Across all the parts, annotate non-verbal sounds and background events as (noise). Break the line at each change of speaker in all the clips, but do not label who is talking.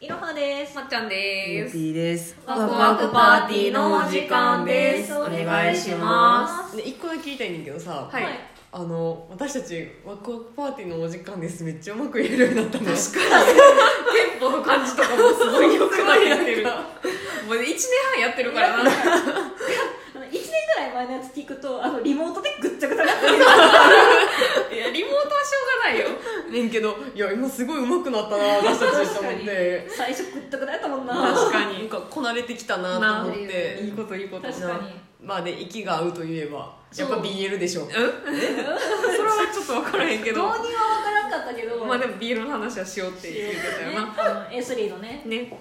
いろはです。
まっちゃんで
ゆ
す。
ぴーです。
ワクワクパーティーのお時間です
お願いしますね、一個だけ言いたいねんだけどさ、
はい
あの私たちワクワクパーティーのお時間です。めっちゃうまく言えるようになった (laughs) ね。確か
テンポの感じとかもすごい良くなってる。もう1年半やって
(laughs)
るから
あ
な。
の一年ぐらい前のやつ聞くと、あのリモートでぐっちゃぐちゃになってる。
いや、リモートはしょうがないよ。
に。ねんけど、いや今すごいうまくなったな私たちと思って。
最初ぐっちゃぐちゃやったもんな。
確か
なん
に。
かこなれてきたなと思っ
いい
て。
こといいこと。
確かに。
まあね息が合うといえばやっぱ
そう
BL でしょ。
それはちょっと分からへんけ
導入
ど
は。分からんかったけど。
まあでもビールの話はしようって言ってたよ
ね、
な。
あの A3 のね
ね。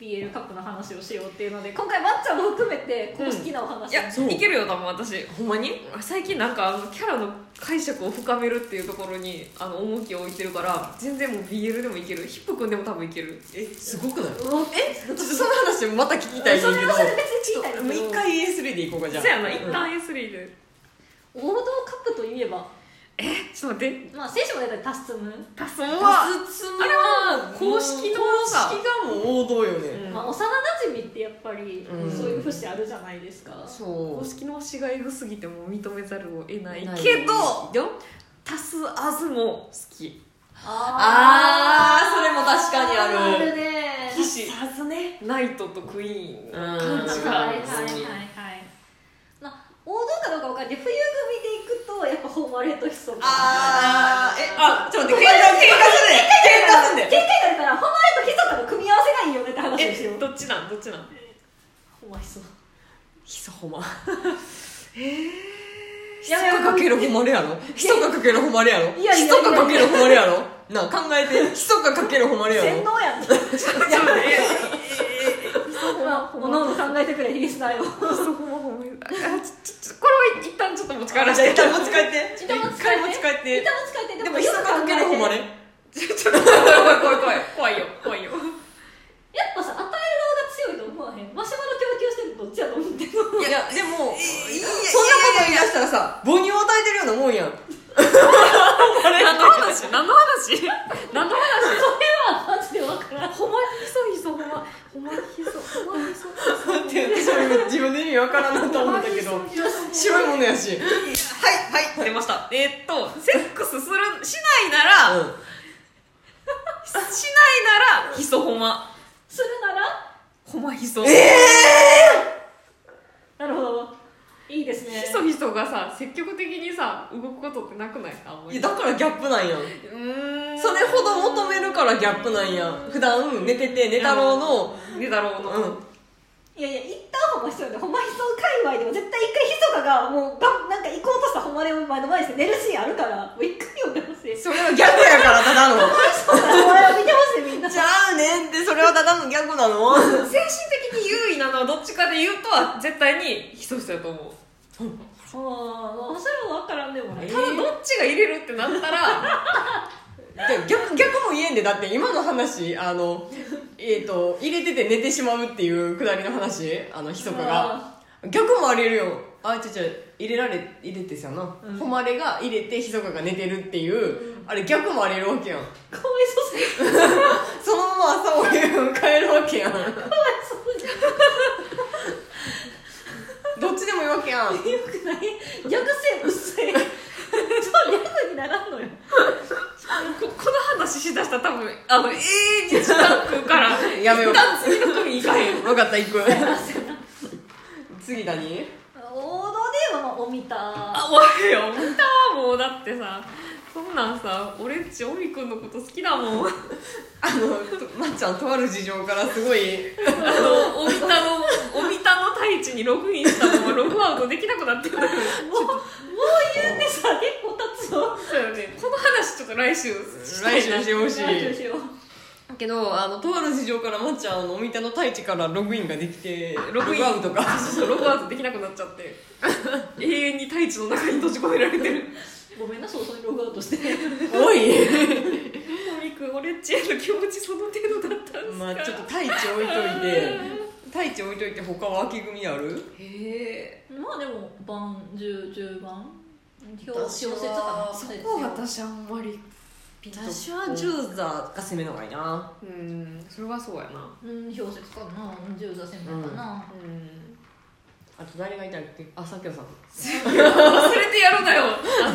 BL カップの話をしようっていうので今回まっちゃんも含めて公式なお話、
いや、
そう
いけるよ、多分私。ほんまに最近なんかあのキャラの解釈を深めるっていうところにあの重きを置いてるから、全然もう BL でもいける。ヒップ君でも多分いける。
えすごくない？ちょっ
うわえ
とその話また聞きたいねんけ
そ
ど。
れはそれ別に聞きたいけど
もう一回 ES でいこうかじゃあ。
そうやな、一
うん
旦 A3 で。
王道カップといえば
ちょっと待って。
まあ聖書も出たりタスツム、
多数
あ
は、
あれは
公式のさ
公式がもう王道よね、
うん
まあ、幼馴染ってやっぱり、
うん
そういう節あるじゃないですか
そ
公式の推しがエグすぎてもう認めざるを得ない
ない
けどよ足すあずも好き
あーそれも確かにある
あるね
騎士
タスツね
ナイトとクイーンの
はい
感
はい
じ
は
が
いはい
好き
まあ王道かどうかわかんない冬組でいくとやっぱホームアレとヒソ
あーえあちょっと待って喧嘩すんで
結
喧嘩すんで
果やからホームアレとヒソカの組み合わせがいいよねって話ですよ
えどっちなんどっちなん
ホーマヒソ
ひそほまひそ
やばいやばい
かけるほまれやろひそかかけるほまれやろ
いやいやいやいや
ひそかかけるほまれやろなあ考えてひそかかけるほまれや
洗
ろ
脳やん
ちょっと待って
まあおのおの考えてくれリスナーよ
えそこもほんまにあちょちょちょこれは一旦ちょっと持ち帰ら
じゃあ
せ
一
て
旦持ち帰って
一旦持ち帰って
一回持ち帰
板も使えて
ってでもひそかかけるほまれ
やっ
ちょっと怖い怖い怖い怖いよ怖いよ
ぱさ与える方が強いと思わへんマシュマロ供給してるのどっちやと思ってんの
いやでもそんなこと言い出したらさ母乳を与えてるようなもんやん
何の話何の話何の話
これはマジでわからんほんまにひそひそほんまほんまにひそほんまにひそ
って私も自分で意味わからんなと思ったけど白いものやしはいは
出ましたえーっとセックスするしないな
う
ら、
ん
しないならひそほます
るなら
ほまひそ、
なるほどいいですね
ひそひそがさ積極的にさ動くことってなくないあんま
い
り
やだからギャップなんやん
うーん
それほど求めるからギャップなんやん普段寝てて寝太郎の
ねだろうの、
うん
いやいや一旦ほんまひそよねほんまひそ界隈でも絶対一回ひそかがもうがんなんか行こうとしたほんまれを前の前にして寝るシーンあるからもう一回読んでほしい
それはギャグやからただの
ほまれを見てほしいみんな
ちゃうねんってそれはただのギャグなの
精神的に優位なのはどっちかで言うとは絶対にひそひそやと思う
そうそれも分からんでもない
え
ただどっちが入れるってなったら
で逆逆も言えんでだって今の話あのえっ、と入れてて寝てしまうっていうくだりの話あのひそかが逆もありえるよあちょちょ入れられ入れてさな、
うん
誉れが入れてひそかが寝てるっていう、あれ逆もありえるわけやん
かわいそうすぎる
そのまま朝を迎えるわけやん
かわいそうすぎる
どっちでもいいわけやん
よくない逆性薄いそう逆にならんのよ
ここの話しだしたら多分 (laughs) あの永遠に時間食うから
やめよう
一旦次の組行かへん
分かった行く次何
王道ではまあおみた
あおいよ見たわもうだってさそんなんさ俺んちおみくんのこと好きだもんあ
あのとまっちゃんとある事情からすごい
のおみたのおみたの太一にログインしたのもログアウトできなくなってるんだけど
もうもう言うてさ結構経つよ
そうよねこの話ちょっと来週したい
来
な
週してほしい
ラジオしよう
けどあのとある事情からまっちゃんあのおみたの太一からログインができて
ログイン
アウトか
そうそうログアウトできなくなっちゃって永遠に太一の中に閉じ込められてる
ごめんな早々にログアウトして
おい
おみくん俺んちへの気持ちその程度だったんですか、
まあちょっと太一置いといて太一置いといて他は秋組ある
へえ
まあでも晩十十番表小
私
説
は
かな
そこは私あんまり
ピタシュはジューザーが攻めの方がいいな
うんそれはそうやな
うん氷石かな十座先輩かな、
うん
あと誰がいたっけあさっきのさん (laughs)
忘れてやるなよ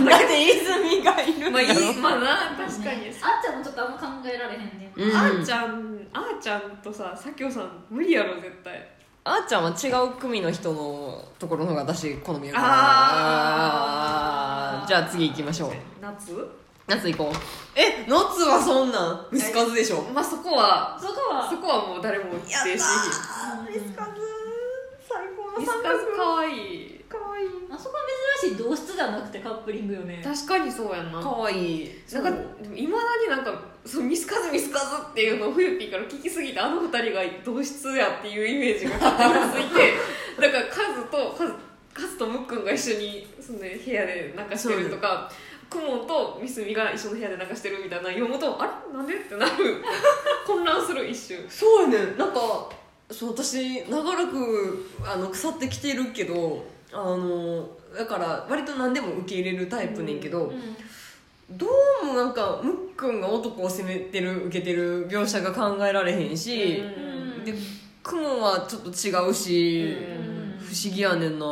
だって泉がいるん
まあ
だ
い
よ
いまあな確かに、
ねあっちゃんもちょっとあんま考えられへんね、
うん
あーちゃんあーちゃんとささきおさん無理やろ絶対
あーちゃんは違う組の人のところの方が私好みやから
あー
じゃあ次行きましょう
夏
夏行こうえ夏はそんなん薄数でしょ
まあそこは
そこは
そこはもう誰も否定し
うん
最高
ひんミスカズかわいい
かわいい
あそこは珍しい同室じゃなくてカップリングよね
確かにそうやんな
かわいい
なんかいまだになんかそうミスカズミスカズっていうのを冬ピーから聞きすぎてあの二人が同室やっていうイメージが勝手につい (laughs) てだからカズとカズカズとムックンが一緒にその、ね、部屋でなんかしてるとかクモンとミスミが一緒の部屋でなんかしてるみたいな読むとあれなんでってなる混乱する一瞬
そうやねんなんかそう私長らくあの腐ってきてるけどあのだから割と何でも受け入れるタイプねんけど、
うん
どうもなんかムックンが男を責めてる受けてる描写が考えられへんし、
うん
でクモはちょっと違うし、
うん
不思議やねんな
う
う
ん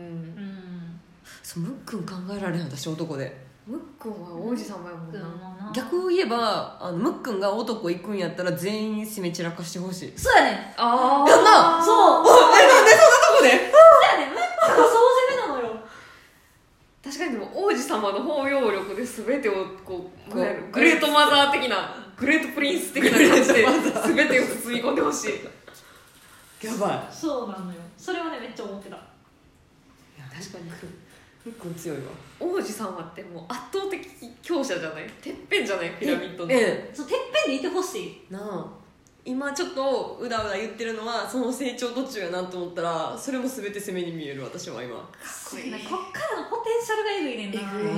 ん
そうムックン考えられへん私男で
ムックンは王子様やもん
そうや
な
な
逆を言えばあのムックンが男行くんやったら全員攻め散らかしてほしい
そうやね
あー
やんな
そう
えなんでそんなとこで
そうやねムックがそう攻めなのよ
確かにでも王子様の包容力で全てをこう
こう
ねグレートマザー的なグレートプリンス的な感じで全てを包み込んでほしい
やばい
そうなのよそれはねめっちゃ思ってた
確かに
ムックン強いわ
王子様ってもう圧倒的強者じゃないてっぺんじゃないピラミッドの
え
そうてっぺんでいてほしい
えなあ今ちょっとうだうだ言ってるのはその成長途中やなと思ったらそれも全て攻めに見える私は今
かっこ
こ
いい
っからのポテンシャルがえぐいねんな
えぐい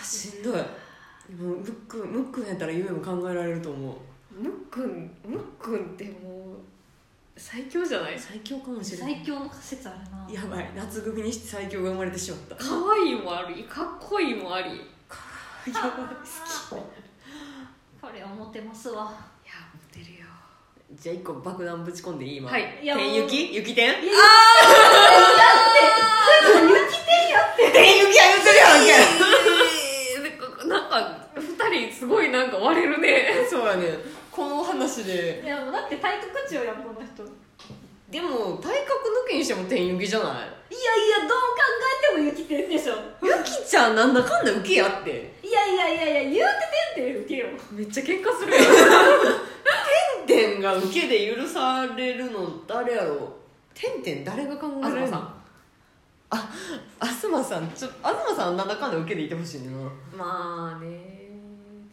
あしんどいもうムックンムックンやったら夢も考えられると思う
ムックンムックンってもう最強じゃない
最強かもしれない
最強の仮説あるな
やばい夏組にして最強が生まれてしまった
可愛いもありかっこいいもありいや
やばい好
これはモテますわ
モテるよ
きじゃあ一個爆弾ぶち込んでいい今
はい
いやもう
天雪雪天
いやだってゆきてんやって
天雪は言ってるやん
えーなんか2人すごいなんか割れるね
けそうやねこの話で
いやもうだって体格長やんこの人い
でも体格抜きにしても天雪じゃない
やいやどう考えてもゆきてんでしょ
雪ちゃんなんだかんだ受けやって
いやいやいやいや言うててんってウケよ
めっちゃ喧嘩するよ
てんが受けで許されるの誰やろうてんてん誰が考えられる
東さ
の
ん
東さんちょ東さんなんだかんだ受けでいてほしいねんな
まあね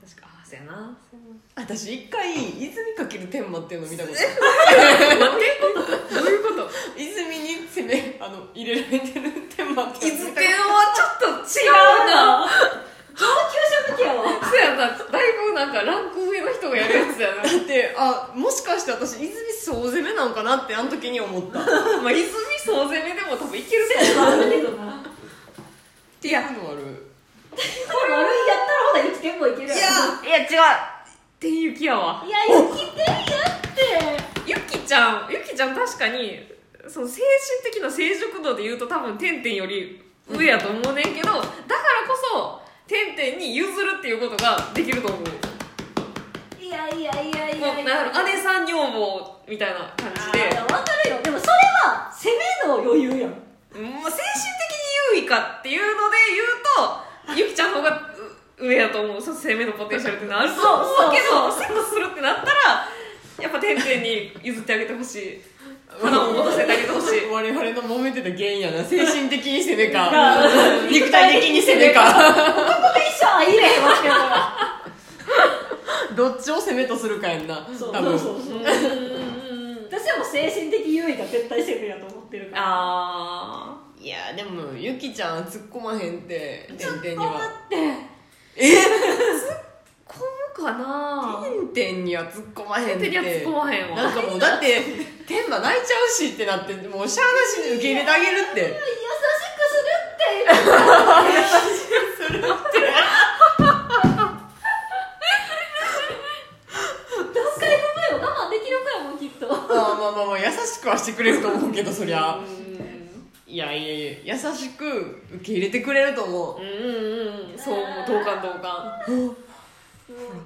確かあそうやなそうや
私一回泉かける天馬っていうの見たことある
な (laughs) どういうことどういう (laughs) こ
泉に攻めあの入れられてる天馬って
と
いう
伊
の
豆
見た
天はちょっと違うな
上級者向けやわ
そうやなだいぶなんかランク上の人がやるやつやな
ことだってあもしかして私泉総攻めなんかなってあの時に思った
(laughs) まあ泉総攻めでも多分いけるね
ある (laughs) けどな
っていうのある
これ悪いやったらほらゆきてんもいけるやん
いや違う天雪やわ
いやゆきてんやって
ゆきちゃんゆきちゃん確かにその精神的な成熟度で言うと多分てんてんより上やと思うねんけど、だからこそてんてんに譲るっていうことができると思う
いやいやいやい
も
や
う
い
なんか
や
姉さん女房みたいな感
あ
じで
ーいやわかるよでもそれは攻めの余裕やん
もう精神的に優位かっていうので言うとゆきちゃんの方がう上やと思うそう攻めのポテンシャルってなると思うけどセックスするってなったらやっぱてんてんに譲ってあげてほしい花を持たせてあげてほしい
我々の揉めてた原因やな精神的に攻めか
うん
肉体的に攻めか
ここで一緒は入れへんわけやから
どっちを攻めとするかやんな
そう
多分
そうそうそう
うん
私はもう精神的優位が絶対攻めやと思ってるから
あ
いやでもゆきちゃんは突っ込まへんっててんてんに
頑張
は
って
ー混むかな
てんてんには突っ込まへんって
手には突っ込まへん
な
わ
んかもうだって天馬泣いちゃうしってなってもうしゃあなしに受け入れてあげるって
優しくするって
するってあまあまあまあ優しくはしてくれると思うけどそりゃ
うん
いやいやいや優しく受け入れてくれると思
うんうんそうもう同感同感
もう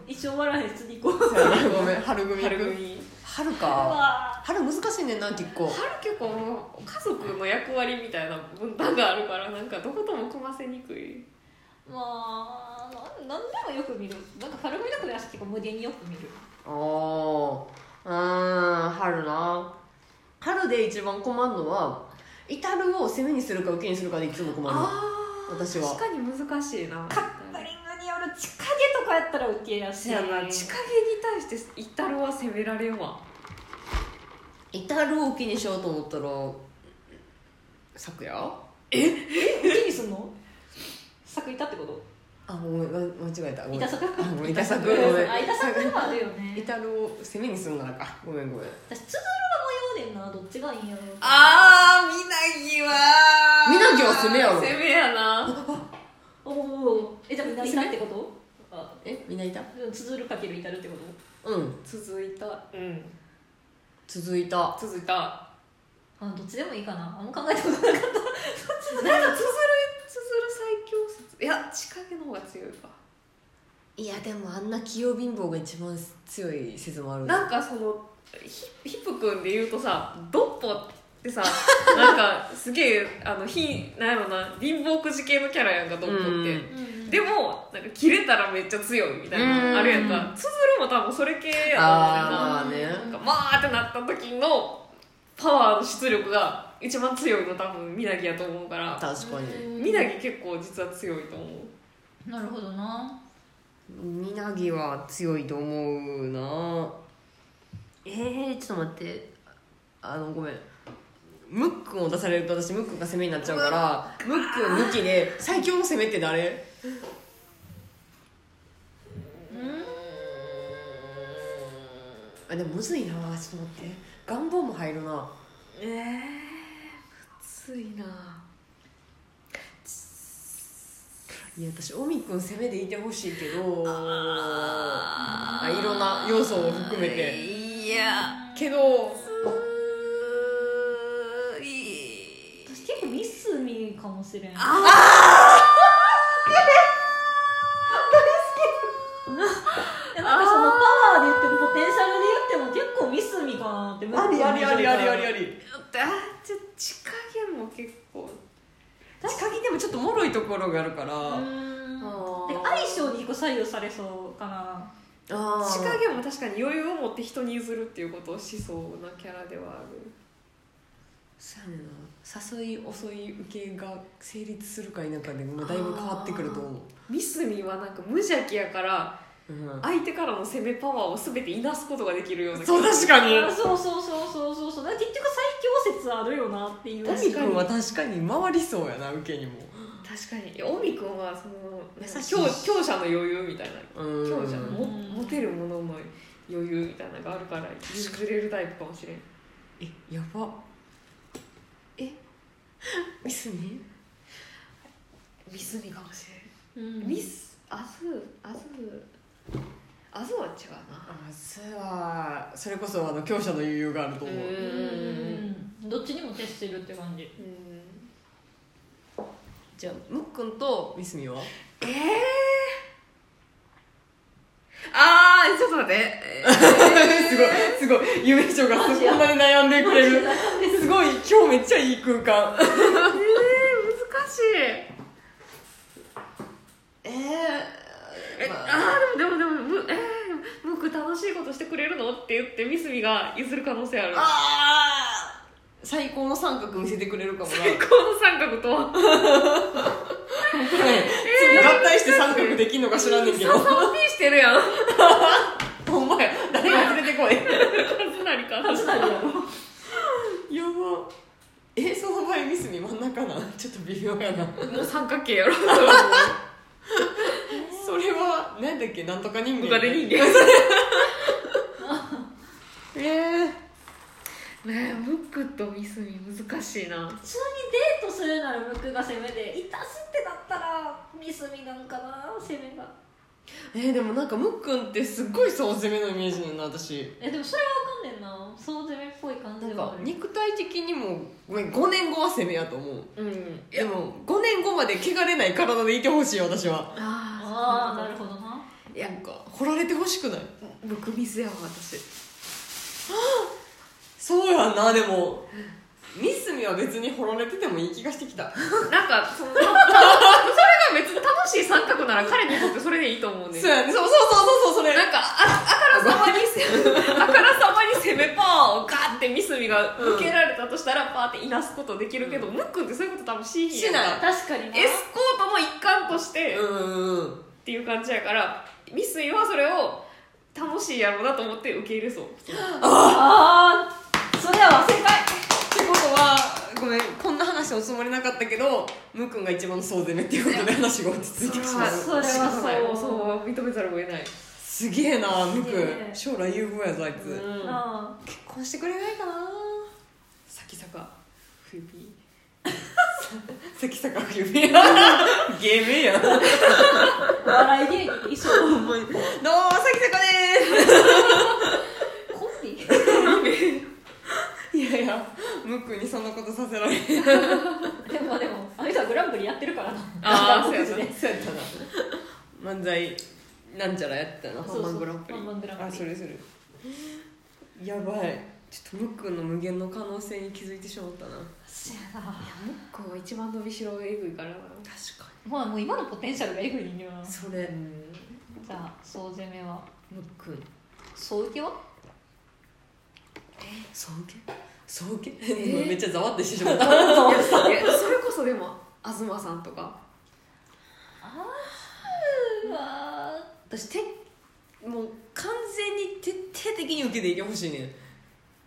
一生終わらへん次行こう
うそうやなごめん春組
春
春
組
春
う
か
わ
春難しいねんな結構
春結構もう家族の役割みたいな分担があるからなんかどことも組ませにくい
まあなんなんでもよく見るなんか軽めの暮らし結構無限によく見る
ああうん春な春で一番困るのは至るを攻めにするか受けにするかでいつも困る
あー
私は
確かに難しいな
カップリングによる地下げとかやったら受けやす
せ
い
やな地下芸に対してイタロは責められんわ
至るを受けにしようと思ったら昨夜あ
受けにすんの作いたってこと
ごめんわ間違えたごめん
板作
あごめん (laughs) 板
(laughs)
作ごめん
あ板作はあるよね
至るを攻めにするならかごめんごめん
私つづるが迷うねんなどっちがいいんやろう
あーみなぎは
みなぎは攻めやろ
攻めやな
おおえじゃあみんないないってことあ
えみんないた
つづるかけるいたるってこと
うん
続いたうん
続いた
続いた
あどっちでもいいかなあんま考えたことなかっ
なんかつづるつづる最強説いや地下芸の方が強いか
いやでもあんな器用貧乏が一番強い説もある
なんかそのヒヒップ君で言うとさドッポってさ (laughs) なんかすげえあのひなんやろな貧乏くじ系のキャラやんかドッポって。
た、うん
でもなんか切れたらめっちゃ強いみたい
うん
なあれやんかつづるも多分それ系やと思
あーね
うねんななんかまーってなった時のパワーの出力が一番強いの多分みなぎやと思うから
確かに
うん
みなぎ結構実は強いと思う
なるほどな
みなぎは強いと思うなえー、ちょっと待ってあのごめんムックンを出されると私ムックンが攻めになっちゃうからムックン抜きで最強の攻めって誰あでもむずいなちょっと待って願望も入るな
ええついない
や私オミくん攻めでいてほしいけどあいろんな要素を含めて
いや
けど
うーい
私結構ミスミかもしれんい
あ
やなんかそのパワーで言ってもポテンシャルで言っても結構ミスミかなって
ありありありありありあ
り
り
ーあじゃあ地下芸も結構
近かでもちょっと脆いところがあるから、
う
あ
ん
あ
で
ー
相性に一個左右されそうかな
あ
仕掛けも確かに余裕を持って人に譲るっていうことをしそうなキャラではある
そうやねんな誘い遅い受けが成立するか否かでもうだいぶ変わってくると思う、
ミスミはなんか無邪気やから
うん
相手からの攻めパワーを全ていなすことができるような
そう確かに
あそうそうそうそうそうそうだから結局最強説あるよなっていう
オミ君は確かに回りそうやな受けにも
確かにいやオミ君はその
優しい
強強者の余裕みたいな
うん
強者のも
うん
持てるものの余裕みたいなのがあるから譲れるタイプかもしれん
えやばえミスに
ミスミかもし
うん
れんミスアズアズアズは違うな
あそれはそれこそあの強者の余裕があると思う、
うんうんどっちにも徹してるって感じ
うん
じゃあムックンとミス (laughs) ミは
ええああちょっと待って、え
すごいすごい夢翔がそんなに悩ん
(laughs)
でくれるすごい今日めっちゃいい空間
ーえー難しい
え
え、
えまあ、
あーでもでもでもむえー、ムック楽しいことしてくれるのって言ってミスミが譲る可能性ある
あー最高の三角見せてくれるかもな
最高の三角とは
合体して三角できんのか知らんねんけど
ササピーしてるや (laughs) ん
ほんまや誰が連れてこい
(laughs) カズナリか
初なるやろ
やばえその場合ミスミ真ん中なんちょっと微妙やな
もう三角形やろ
それは何だっけなんとか人
ム
間
カデ人間
えー、
ねえムックとミスミ難しいな
普通にデートするなら僕が攻めでいたすってだったらミスミなんかな攻めが
えーでもなんかムックンってすっごいそう攻めのイメージねんな私
えでもそれはんねんな総攻めっぽい感じ
なん
が
か
ある
肉体的にもごめん5年後は攻めやと思う
うん
でも5年後まで汚れない体でいてほしい私は
あ
ああなるほどない
や
なんか掘られてほしくない
僕水やわ私
そうやんなでもミスミは別に掘られててもいい気がしてきた
なんかそのそれが別に楽しい三角なら彼にとってそれでいいと思うねん
そうやねそうそうそうそうそれ
なんかああからさまにせあからさまに攻めパーンをガーってミスミが受けられたとしたらパーっていなすことできるけど、ムックンってそういうこと多分しいひんやんか
確
しない
かにな
エスコートの一環として、
うんうんうん
っていう感じやからミスミはそれを楽しいやろうなと思って受け入れそう
ああそれやわ正解
ってことはごめんこんな話おつもりなかったけどムーくんが一番の総攻めっていうことで話が落ち着いてしまう
それはそう
そう認めざるを得ない、
すげえなムー
すげ
く
え
ん将来有望やぞあいつ、
うん
あ
あ
結婚してくれないかな
先坂冬美
関坂冬 (laughs) 美芸名やな
ー笑い芸人衣装
ほんまにどうも関坂で
コンビ (laughs)
ーすいやいやムーくんにそんなことさせられへん
でもでもあの人はグランプリやってるからな
あーそうやな
そう
そうやったな漫才なんちゃらやってたな
そう
ハンマングランプリ
ハンマングランプリ
あそれそれやばいちょっとムックンの無限の可能性に気づいてしまったな
そうやな
ムックンは一番伸びしろがえぐいからな
確か
まあもう今のポテンシャルがエグいんよなじ
それ
ゃあ総攻めは
ムックン
総受けは
総受け総受け、 (laughs)
ー
めっちゃざわってしてしまっ
(laughs)
た
いやそれこそでも東さんとか
あーうわ
私てもう完全に徹底的に受けていてほしいねん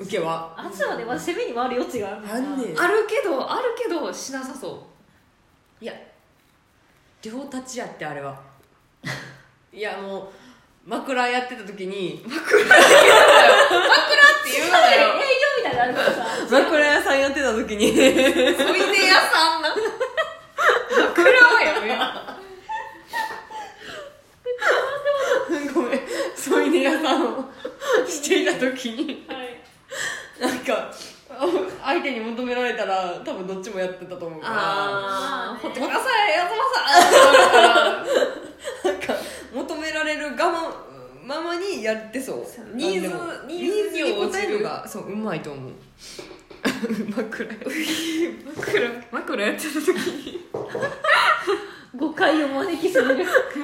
受けは
ーあつはねまだ攻めに回る余地がある
あんねん
あるけどあるけどしなさそ
いや両立ちやってあれはいやもう枕やってた時に
うって言う
まだ
な
ね営業
よ
みたいなのあるからさ
(laughs) 枕屋さんやってた時に
おいでやさんな枕はやめよ
(laughs) ごめん添い寝屋さんをしていた時に
はい
なんか相手に求められたら多分どっちもやってたと思うから
あ
ー
ほってください東さん
なんか求められるがまままにやってそう
うニー
あ
ズ
でも
ニーズに
ニーズに応
応
え
じ
る
る
のがそううまいと思う枕屋
枕枕やってた時
誤解を招きすぎる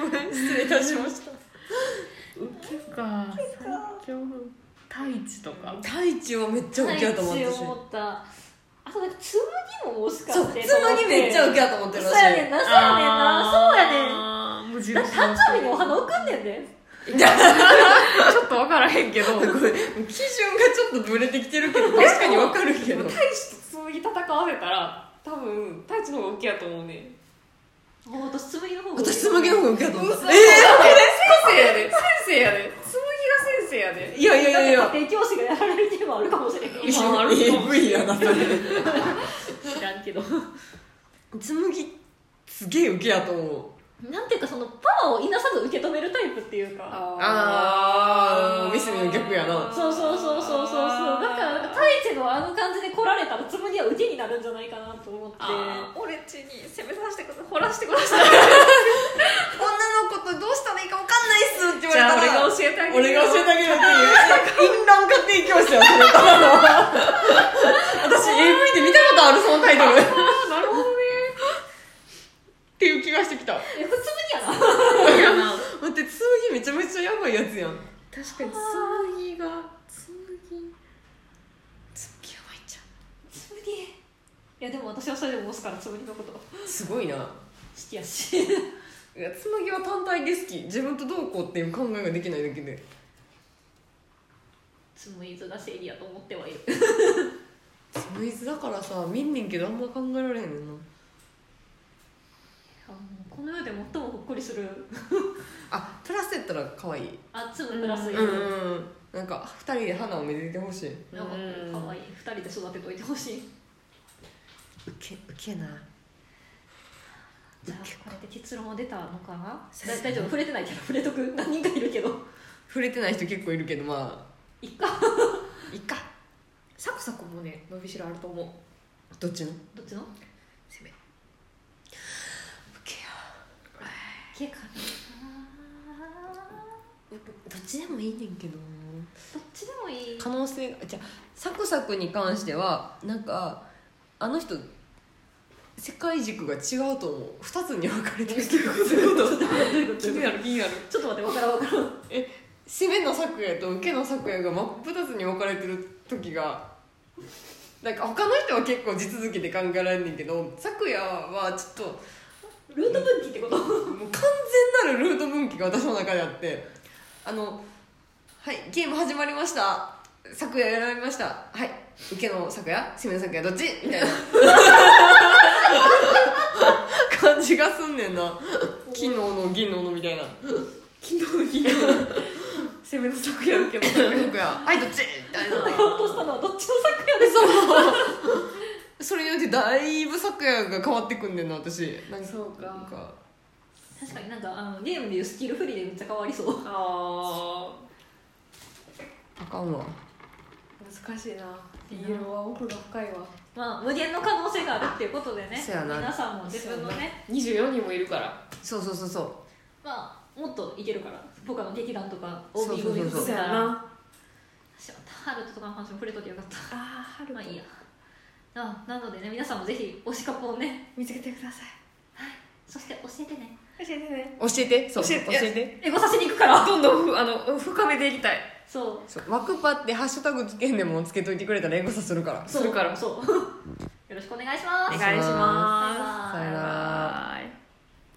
ごめん失礼いたしました
ウケか最強太一とか
太一はめっちゃウケやと思って
一
た
応
し
思ったあとなんか紬も惜しか
そ
っ
う、
た
つまにめっちゃウ
受
ケやと思ってる
そうやねんなそうやねんなそうやねん
ねん無
だ
印
誕生日にお花送んねんで
ちょっと分からへんけど
これ基準がちょっとブレてきてるけど確かにわかるけど
太一と紬戦わせたら多分太一の方がウケやと思うね
もう私紬の方が
私つまぎの方がウケやと思った
ええ先生やで先生やで紬が先生やで
いやいやいやい
だっ
や
て家庭教師がやられる気もあるかもしれない
いやあるかも
AV やなそれ
知らんけど
つむぎすげえウケやと思う
なんていうかそのパワーをいなさず受け止めるタイプっていうか
あーミスミの逆やな
そうそうそうそうそうそうだからなんか太一のあの感じで来られたらつむぎは受けになるんじゃないかなと思って
あー俺ちに攻めさせて (laughs) ください掘らしてください
女の子とどうしたらいいかわかんないっすって言
じゃあ
われ
俺
たら
が教えてあげる
俺が教えてあげるっていう淫乱家庭教師やそれただの私 AV で見たことあるそのタイトルっ
あーなるほどね
ていう気がしてきた
え普通にやな
待ってつむぎめちゃめちゃやばいやつやん
確かに紬が紬
つむぎやばいじゃ
つむぎいやでも私はそれでも押すからつむぎのこと好
んすごいな
きやし
いやつむぎは単体で好き自分とどうこうっていう考えができないだけで
つむぎずが正義やと思ってはいる
つむいずだからさ見んねんけどあんま考えられへんねんな
あもうこの世で最もほっこりする
あプラスやったら可愛い
あつむプラス
う
や
んうんうんなんか二人で花をめでてほしい
なんか
うん
可愛い二人で育てといてほしい
ウケウケな
じゃあこれで結論は出たのかなだ大丈夫触れて (laughs) ないけど触れとく何人かいるけど
触れてない人結構いるけどま
いっか
いっか
サコサコもね伸びしろあると思う
どっちの
どっちの
攻め
毛か
どっちでもいいねんけど
どっちでもいい
可能性がじゃあサクサクに関してはなんかあの人世界軸が違うと思う2つに分かれてるけど (laughs)
気になる気になる
ちょっと待ってわからんわからん
締めの昨夜と受けの昨夜が真っ二つに分かれてる時がなんか他の人は結構地続きで考えられんねんけど昨夜はちょっと
ルート分岐ってこと
もう完全なるルート分岐が私の中であってあのはいゲーム始まりました昨夜やられましたはい受けの昨夜締めの昨夜どっちみたいな感じがすんねんな昨日の銀ののみたいな
昨日の昨日攻めの作やるけど
昨夜はいどっちみたいな
カウントしたのはどっちの作やで
それによってだいぶ昨夜が変わってくんねんな私なんか
そうか
なんか
確かになんかあのゲームでいうスキルフリーでめっちゃ変わりそう
あ
あかんわ
ー難しいな BL は奥が深いわ
まあ無限の可能性があるっていうことでね
そうやな
皆さんも自分のね
24人もいるから
そうそうそうそう
まあもっといけるから僕らの劇団とか
そうそう
OB
そうそう
組
そ
と
うや
かハルトとかの話も触れときゃよかった
あー春
まあいいやあなのでね皆さんもぜひ推しカポをね
見つけてください
そして教えてね
教えてね
教えてそう
教えて
て
エゴさしに行くから
どんどんふあの深めていきたい
そう
そうワクパってハッシュタグつけんでもつけといてくれたらエゴサするから
そう (laughs)
するから
そうよろしくお願いします
お願いします